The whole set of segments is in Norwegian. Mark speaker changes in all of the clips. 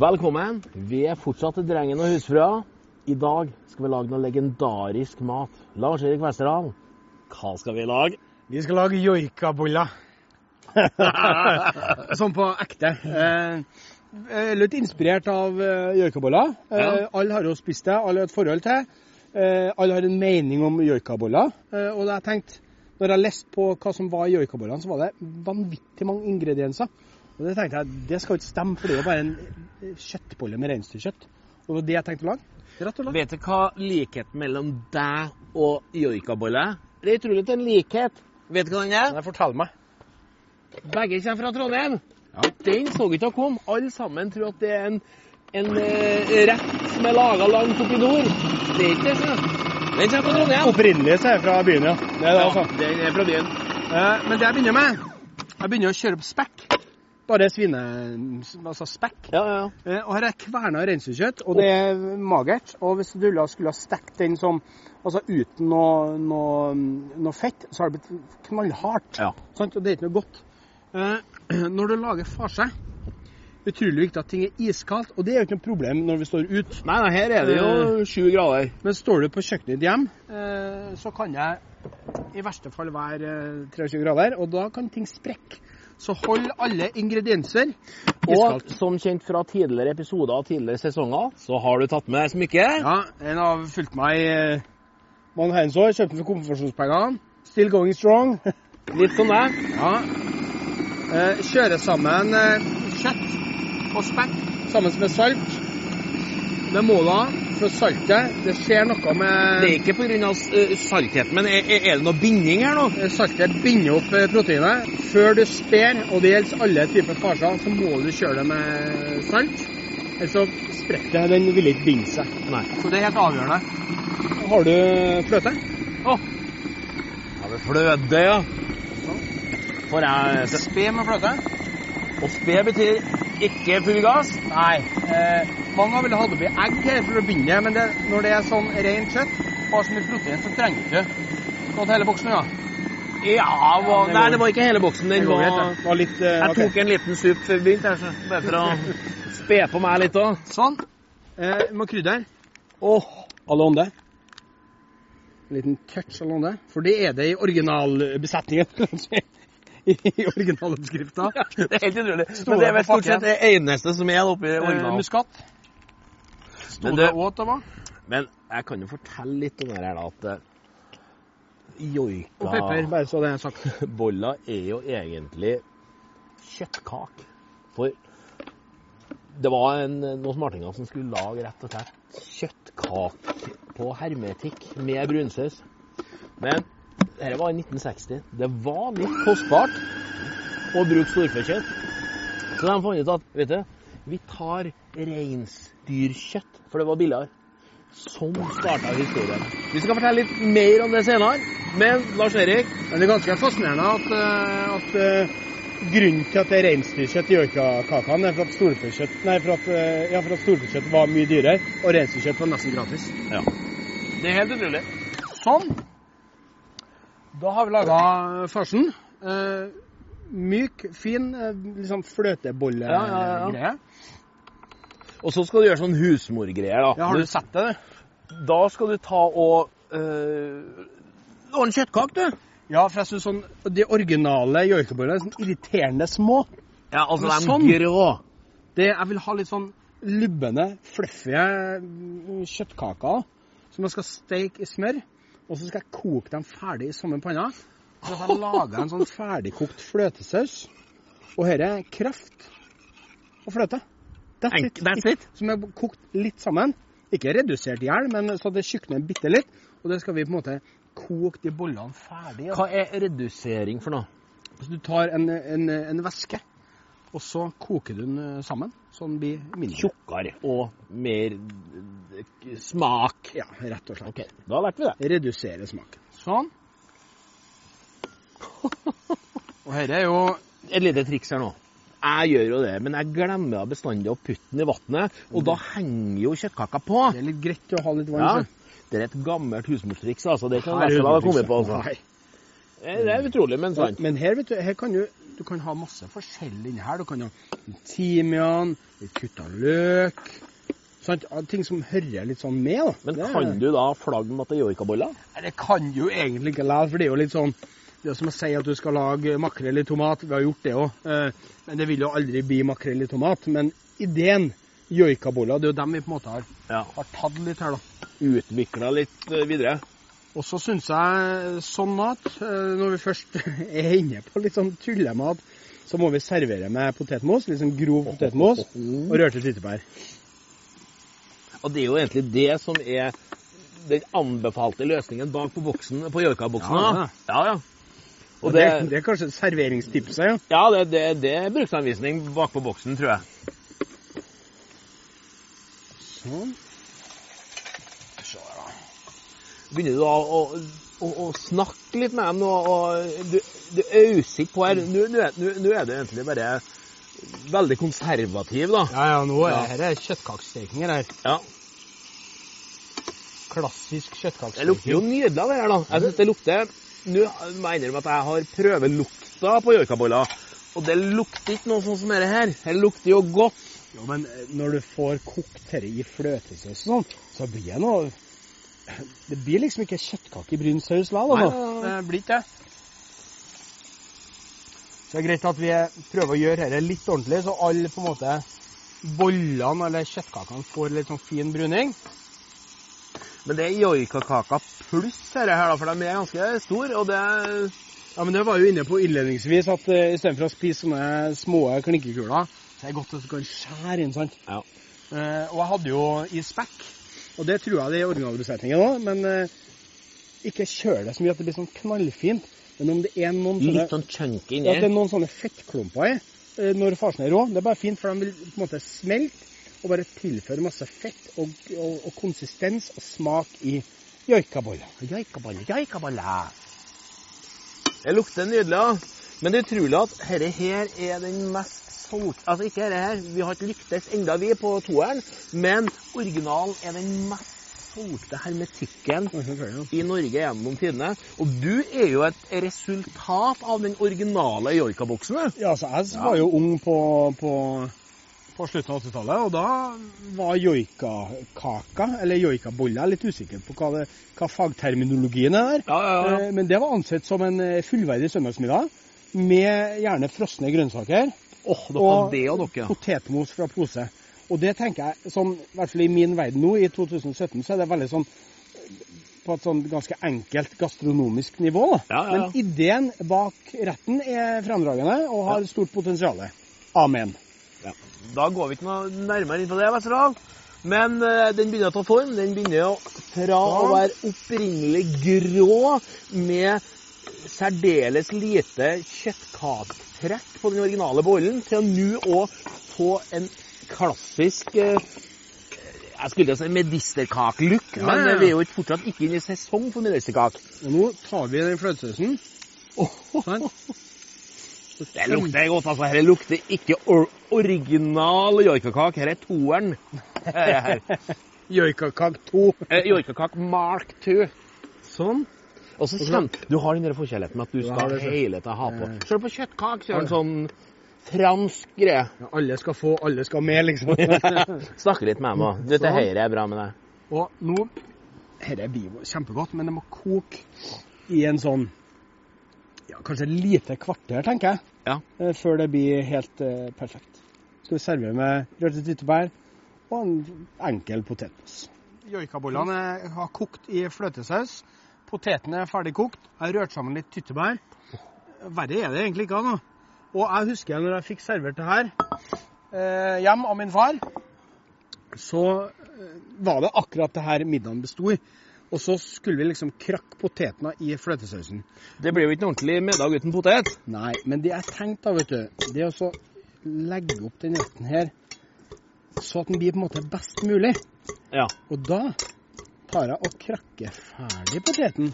Speaker 1: Velkommen. Vi er fortsatt i Drengen og husfrua. I dag skal vi lage noe legendarisk mat. Lars-Erik Westerdal, hva skal vi lage?
Speaker 2: Vi skal lage joikaboller. sånn på ekte. Eh, eh, litt inspirert av eh, joikaboller. Eh,
Speaker 1: Ja.
Speaker 2: Alle har jo spist det, alle har et forhold til. Eh, alle har en mening om joikaboller. Eh, og da jeg tenkte, når jeg leste på hva som var i joikabollene, så var det vanvittig mange ingredienser. Og det tenkte jeg, det skal jo ikke stemme, for det er jo bare en eh, kjøttbolle med reinsdyrkjøtt. Og det var det jeg tenkte å lage. Rett og slett.
Speaker 1: Vet du hva likheten mellom deg og joikabolle er? Det er utrolig til en likhet. Vet du hva den er?
Speaker 2: Nei, Fortell meg.
Speaker 1: Begge kommer fra Trondheim. Den så ikke å komme. Alle sammen tror at det er en, en eh, rett som er laga langt oppe i nord. Det er ikke det. sjø. Den kommer fra Trondheim.
Speaker 2: Opprinnelig så er jeg fra byen, ja. Det er det, altså.
Speaker 1: den er fra byen.
Speaker 2: Eh, Men det jeg begynner med Jeg begynner å kjøre opp spekk. Bare svine... Altså spekk.
Speaker 1: Ja, ja, ja.
Speaker 2: Eh, Og her er kverna reinsdyrkjøtt, og det er magert. Og hvis du da skulle ha stekt den som Altså uten noe, noe, noe fett, så har det blitt knallhardt.
Speaker 1: Ja.
Speaker 2: Sant? Og det er ikke noe godt. Eh, Når du lager farse Utrolig viktig at ting er iskaldt, og det er jo ikke noe problem når vi står ute.
Speaker 1: Nei, nei, her er det jo sju grader.
Speaker 2: Men står du på kjøkkenet ditt hjem, eh, så kan jeg i verste fall være eh, 23 grader, og da kan ting sprekke. Så hold alle ingredienser
Speaker 1: Og
Speaker 2: iskaldt.
Speaker 1: som kjent fra tidligere episoder og tidligere sesonger, så har du tatt med smykket.
Speaker 2: Ja, en har fulgt meg i eh, mange herrens år, kjøpte den for konfirmasjonspengene. Still going strong.
Speaker 1: Litt sånn som deg.
Speaker 2: Ja. Eh, kjøre sammen eh, kjøtt og spekk sammen med salt. Med måla for saltet. Det skjer noe med
Speaker 1: Det er ikke pga. saltheten, eh, men er, er det noe binding her nå?
Speaker 2: Saltet binder opp eh, proteinet. Før du sper, og det gjelder alle typer farser, så må du kjøre det med salt. Ellers så sprekker det. Den vil ikke binde seg.
Speaker 1: Nei.
Speaker 2: Så det er helt avgjørende. Har du fløte?
Speaker 1: Ja, det fløder, ja. For jeg
Speaker 2: Spe med fløte?
Speaker 1: Og spe betyr ikke full gass.
Speaker 2: Nei. Eh, mange ville hatt oppi egg her for å binde, men det, når det er sånn rent kjøtt, bare så mye protein, så trenger du ikke Nådd hele boksen, ja.
Speaker 1: Ja, hva-
Speaker 2: det går-
Speaker 1: Nei, det var ikke hele boksen. Den
Speaker 2: Det går helt,
Speaker 1: var
Speaker 2: det. var litt eh,
Speaker 1: Jeg
Speaker 2: ok.
Speaker 1: tok en liten sup før vi begynte, her, så bare for å spe på meg litt òg.
Speaker 2: Sånn. Eh, vi må krydder. Åh, alonde. En liten touch alonde. For det er det i originalbesetningen. kan man si. I i originaloppskrifta.
Speaker 1: Det er helt utrolig.
Speaker 2: Store
Speaker 1: Men det er vel
Speaker 2: på
Speaker 1: stort sett
Speaker 2: pakken.
Speaker 1: det eneste som er oppi
Speaker 2: Eh,
Speaker 1: originalen.
Speaker 2: muskat. Sto
Speaker 1: Men
Speaker 2: det
Speaker 1: du-
Speaker 2: åt, det var?
Speaker 1: Men jeg kan jo fortelle litt om det her, da. At eh,
Speaker 2: Og pepper,
Speaker 1: joikaboller
Speaker 2: bare så det er sagt.
Speaker 1: er jo egentlig kjøttkak. For det var en, noen smartinger som skulle lage rett og slett kjøttkake på hermetikk med brunsaus. Men dette var i 1960. Det var litt kostbart å bruke storfekjøtt. Så de fant ut at vet du, vi tar reinsdyrkjøtt, for det var billigere. Sånn starta historien. Vi skal fortelle litt mer om det senere. Men Lars Erik,
Speaker 2: Men det er ganske fascinerende at, eh, at eh, grunnen til at det er reinsdyrkjøtt i joikakakene, er for at storfekjøtt Nei, for at, eh, ja, for at storfekjøtt var mye dyrere, og reinsdyrkjøtt var nesten gratis.
Speaker 1: det er helt utrolig.
Speaker 2: Sånn. Da har vi laga farsen. Eh, myk, fin, eh, liksom fløtebolle-greie.
Speaker 1: Ja, ja, ja. Og så skal du gjøre sånn husmorgreier, da.
Speaker 2: Ja, har du sett det? du?
Speaker 1: Da skal du ta og øh, Og en kjøttkake, du.
Speaker 2: Ja, for jeg synes sånn, De originale joikabollene er sånn irriterende små.
Speaker 1: Ja, altså
Speaker 2: Men
Speaker 1: de
Speaker 2: sånn.
Speaker 1: grå.
Speaker 2: Det, jeg vil ha litt sånn lubbende, fluffige mm, kjøttkaker som jeg skal steke i smør. Og så skal jeg koke dem ferdig i samme panna. Så
Speaker 1: Altså,
Speaker 2: jeg lager en sånn ferdigkokt fløtesaus. Og her er kraft og fløte. That's
Speaker 1: Enk-
Speaker 2: it.
Speaker 1: that's it.
Speaker 2: Som er kokt litt sammen. Ikke redusert i hjel, men så det tjukner bitte litt. Og det skal vi på en måte koke de bollene ferdig.
Speaker 1: Hva er redusering for noe?
Speaker 2: Så du tar en, en, en væske, og så koker du den eh, sammen, så den blir mindre.
Speaker 1: Tjukkere og mer øh, smak.
Speaker 2: Ja, rett og slett.
Speaker 1: OK, da lærte vi det.
Speaker 2: Redusere smaken. Sånn. Og dette er jo
Speaker 1: et lite triks her nå. Jeg gjør jo det, men jeg glemmer bestandig å putte den i vannet, og da henger jo kjøttkaka på.
Speaker 2: Det er litt greit å ha litt vann.
Speaker 1: Ja.
Speaker 2: så.
Speaker 1: Det er et gammelt husmorstriks, altså. Det kan
Speaker 2: Her er
Speaker 1: jeg ha kommet
Speaker 2: husmortrikset.
Speaker 1: på. Altså.
Speaker 2: Nei.
Speaker 1: Det er utrolig, men sant.
Speaker 2: Men her, vet du, her kan du, du kan ha masse forskjellig inni her. Du kan ha litt timian, litt kutta løk sant? Ja, Ting som hører litt sånn med. da.
Speaker 1: Men
Speaker 2: Det-
Speaker 1: kan du da flagge med at det er joikaboller?
Speaker 2: Nei, Det kan du jo egentlig ikke leve, for det er jo litt sånn Det er som å si at du skal lage makrell i tomat. Vi har gjort det òg. Men det vil jo aldri bli makrell i tomat. Men ideen, joikaboller, det er jo dem vi på en måte har,
Speaker 1: Ja.
Speaker 2: har tatt litt her, da.
Speaker 1: Utvikla litt eh, videre?
Speaker 2: Og så syns jeg sånn mat, eh, når vi først er inne på litt sånn tullemat, så må vi servere med potetmos. Litt sånn grov potetmos og rørte tyttebær.
Speaker 1: Og det er jo egentlig det som er den anbefalte løsningen bak på boksen, på joikaboksen.
Speaker 2: Ja,
Speaker 1: da. ja, ja.
Speaker 2: Og det, det er kanskje serveringstipset, ja.
Speaker 1: Ja, det, det, det er bruksanvisning bak på boksen, tror jeg.
Speaker 2: Sånn.
Speaker 1: Begynner du å, å, å, å snakke litt med dem nå, og du, du auser ikke på her. Nå nå er, nå- nå er du egentlig bare veldig konservativ, da.
Speaker 2: Ja, ja, nå
Speaker 1: er-
Speaker 2: det kjøttkakestekinger her.
Speaker 1: Ja.
Speaker 2: Klassisk
Speaker 1: Det lukter jo nydelig av det her, da. Jeg synes det lukter Nå må jeg innrømme at jeg har prøvelukta på joikaboller. Og det lukter ikke noe sånn som dette her. Det lukter jo godt.
Speaker 2: Jo, men eh, når du får kokt dette i fløtesaus og sånn, så blir det noe Det blir liksom ikke kjøttkake i brun saus likevel,
Speaker 1: Nei,
Speaker 2: altså.
Speaker 1: nei, nei.
Speaker 2: blir ikke det. Så det er greit at vi prøver å gjøre dette litt ordentlig, så alle på en måte bollene eller kjøttkakene får litt sånn fin bruning.
Speaker 1: Men det er joikakaka pluss dette her, da, for de er ganske store, og det
Speaker 2: Ja, men det var jo inne på innledningsvis at eh, istedenfor å spise sånne små klinkekuler, så er det godt at du kan skjære inn, sant?
Speaker 1: Ja.
Speaker 2: Eh, og jeg hadde jo i spekk, og det tror jeg det er i originalbesetningen òg, men eh, ikke kjør det så mye at det blir sånn knallfint. Men om det er noen sånne,
Speaker 1: Litt sånn chunky
Speaker 2: ja, at det
Speaker 1: inni.
Speaker 2: er noen sånne fettklumper i eh, når farsen er rå, det er bare fint, for de vil på en måte smelte og bare tilføre masse fett og, og, og konsistens og smak i joikaboller. Joikaboller, joikaboller.
Speaker 1: Det lukter nydelig, da. Men det er utrolig at dette her er den mest solgte Altså ikke dette her, vi har ikke lyktes enda vi på toeren, men originalen er den mest solgte hermetikken
Speaker 2: Mhm.
Speaker 1: i Norge gjennom tidene. Og du er jo et resultat av den originale joikaboksen. du.
Speaker 2: Ja, altså, jeg
Speaker 1: Ja.
Speaker 2: var jo ung på, på, på slutten av 80-tallet, og da var joikakaka, eller joikabolla, jeg er litt usikker på hva, det, hva fagterminologien er der.
Speaker 1: Ja, ja, ja.
Speaker 2: Eh, Men det var ansett som en eh, fullverdig søndagsmiddag, med gjerne frosne grønnsaker,
Speaker 1: Åh, dere
Speaker 2: Og-
Speaker 1: hadde det og dere.
Speaker 2: potetmos fra pose. Og det tenker jeg, sånn, i hvert fall i min verden nå, i 2017, så er det veldig sånn på et sånn ganske enkelt gastronomisk nivå. da.
Speaker 1: Ja, ja, ja.
Speaker 2: Men ideen bak retten er fremragende og har stort potensial. Amen.
Speaker 1: Eh, Da går vi ikke noe nærmere inn på det, Vesterålen. Men eh, den begynner å ta form. Den begynner å fra å være opprinnelig grå med særdeles lite kjøttkaketrekk på den originale bollen, til å nå òg få en klassisk eh, jeg skulle til å si medisterkakelook,
Speaker 2: Ja,
Speaker 1: men
Speaker 2: ja, ja.
Speaker 1: vi er jo ikke- fortsatt ikke inne i sesong for medisterkake.
Speaker 2: Og nå tar vi den fløtesausen.
Speaker 1: Det lukter godt, altså. Dette lukter ikke or original joikakake. Dette er toeren. Dette her.
Speaker 2: Joikakak 2.
Speaker 1: Eh, Joikakak Mark 2.
Speaker 2: Sånn.
Speaker 1: Og så kjent, Du har den der forkjærligheten med at du
Speaker 2: Ja,
Speaker 1: skal
Speaker 2: det er sant.
Speaker 1: hele tida ha på.
Speaker 2: Eh.
Speaker 1: Selv på kjøttkake så er det en sånn fransk greie.
Speaker 2: Ja, alle skal få, alle skal med, liksom.
Speaker 1: Snakke litt med meg. Du, til
Speaker 2: Sånn.
Speaker 1: høyre er bra med deg.
Speaker 2: og nå Dette blir jo kjempegodt, men det må koke i en sånn ja, Kanskje et lite kvarter, tenker jeg,
Speaker 1: Ja.
Speaker 2: eh, før det blir helt eh, perfekt. Skal vi servere med rørte tyttebær og en enkel potetmos. Joikabollene har kokt i fløtesaus. Potetene er ferdig kokt. Jeg har rørt sammen litt tyttebær. Verre er det egentlig ikke. Anna. Og jeg husker når jeg fikk servert det her eh, hjem av min far, så eh, var det akkurat det her middagen bestod i. Og så skulle vi liksom krakke potetene i fløtesausen.
Speaker 1: Det blir jo ikke en ordentlig middag uten potet.
Speaker 2: Nei, men det jeg tenkte da, vet du, det er å så legge opp den retten her så at den blir på en måte best mulig.
Speaker 1: Ja.
Speaker 2: Og da tar jeg og krakker Altså, ferdig poteten.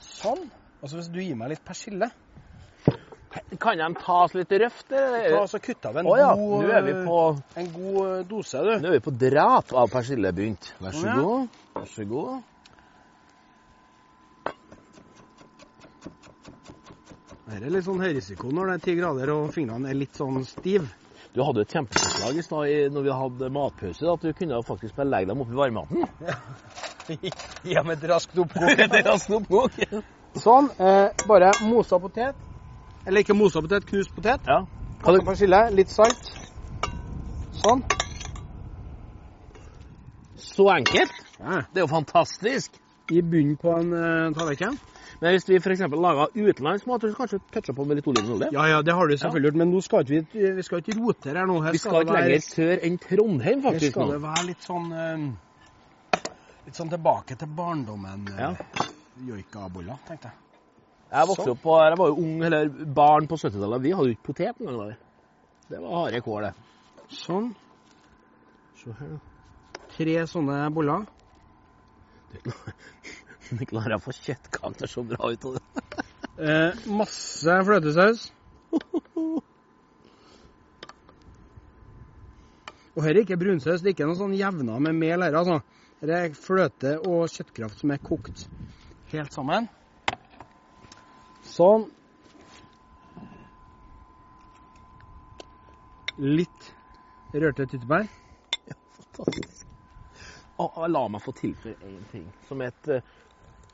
Speaker 2: Sånn. Og så hvis du gir meg litt persille
Speaker 1: Kan de tas litt røft? eller?
Speaker 2: Ta, så kutta vi
Speaker 1: Eh, Å
Speaker 2: en,
Speaker 1: ja, nå
Speaker 2: god, eh,
Speaker 1: er vi på,
Speaker 2: en god dose, du.
Speaker 1: nå er vi på drap av persillebunt. Vær
Speaker 2: Å,
Speaker 1: så
Speaker 2: ja.
Speaker 1: god. Vær så god.
Speaker 2: Dette er litt sånn høyrisiko når det er ti grader og fingrene er litt sånn stiv.
Speaker 1: Du hadde jo et kjempeforslag i stad i- når vi hadde matpause, at du kunne jo faktisk bare legge dem oppi varmehatten.
Speaker 2: Ja, med et raskt
Speaker 1: altså ja.
Speaker 2: Sånn. Eh, bare mosa potet. Eller ikke mosa potet, knust potet.
Speaker 1: Hva
Speaker 2: Hakka
Speaker 1: du,
Speaker 2: persille, litt salt. Sånn.
Speaker 1: så enkelt?
Speaker 2: Ja.
Speaker 1: Det er jo fantastisk.
Speaker 2: I bunnen på en eh, tallerken.
Speaker 1: Men hvis vi f.eks. lager utenlandsk mat, så kanskje toucha på med litt olivenolje?
Speaker 2: Ja, ja, det har du selvfølgelig gjort, men nå skal ikke vi, vi skal ikke rote her nå. Her
Speaker 1: Vi skal
Speaker 2: det
Speaker 1: ikke
Speaker 2: være-
Speaker 1: lenger sør enn Trondheim,
Speaker 2: Her
Speaker 1: faktisk.
Speaker 2: skal det
Speaker 1: nå.
Speaker 2: være litt sånn eh, Litt sånn tilbake til barndommen. eh,
Speaker 1: Ja.
Speaker 2: Joikaboller, tenkte jeg.
Speaker 1: Jeg vokste opp på, jeg var jo ung, eller barn på 70-tallet. Vi hadde jo ikke potet engang. da, vi. Det var harde kår, det.
Speaker 2: Sånn.
Speaker 1: Se her, da.
Speaker 2: Tre sånne boller.
Speaker 1: Du klarer å få kjøttkaker til å se bra ut av det.
Speaker 2: Eh, masse fløtesaus. Og her er ikke brunsaus. Det er ikke noe sånn jevna med mel her, altså. Her er fløte og kjøttkraft som er kokt helt sammen. Sånn. Litt rørte tyttebær.
Speaker 1: Fantastisk. Og, og la meg få tilføye én ting. Som et eh,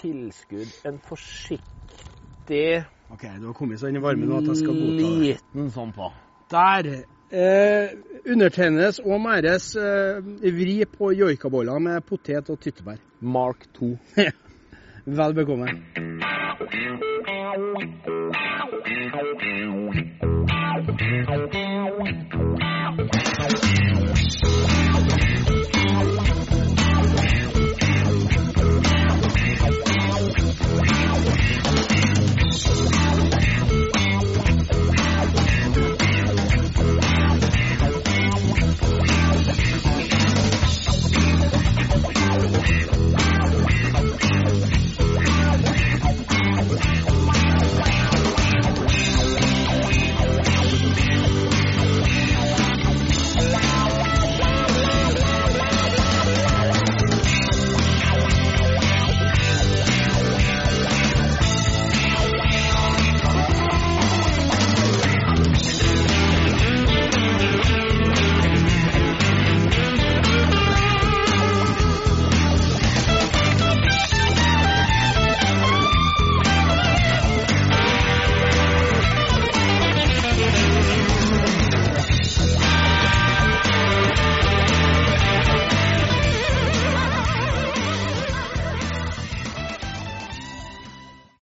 Speaker 1: tilskudd. En forsiktig
Speaker 2: OK, du har kommet så inn i varmen nå at jeg skal godta det.
Speaker 1: liten sånn på.
Speaker 2: Der. Eh, undertegnes og Mæres eh, vri på joikaboller med potet og tyttebær.
Speaker 1: Mark 2.
Speaker 2: Vel bekomme.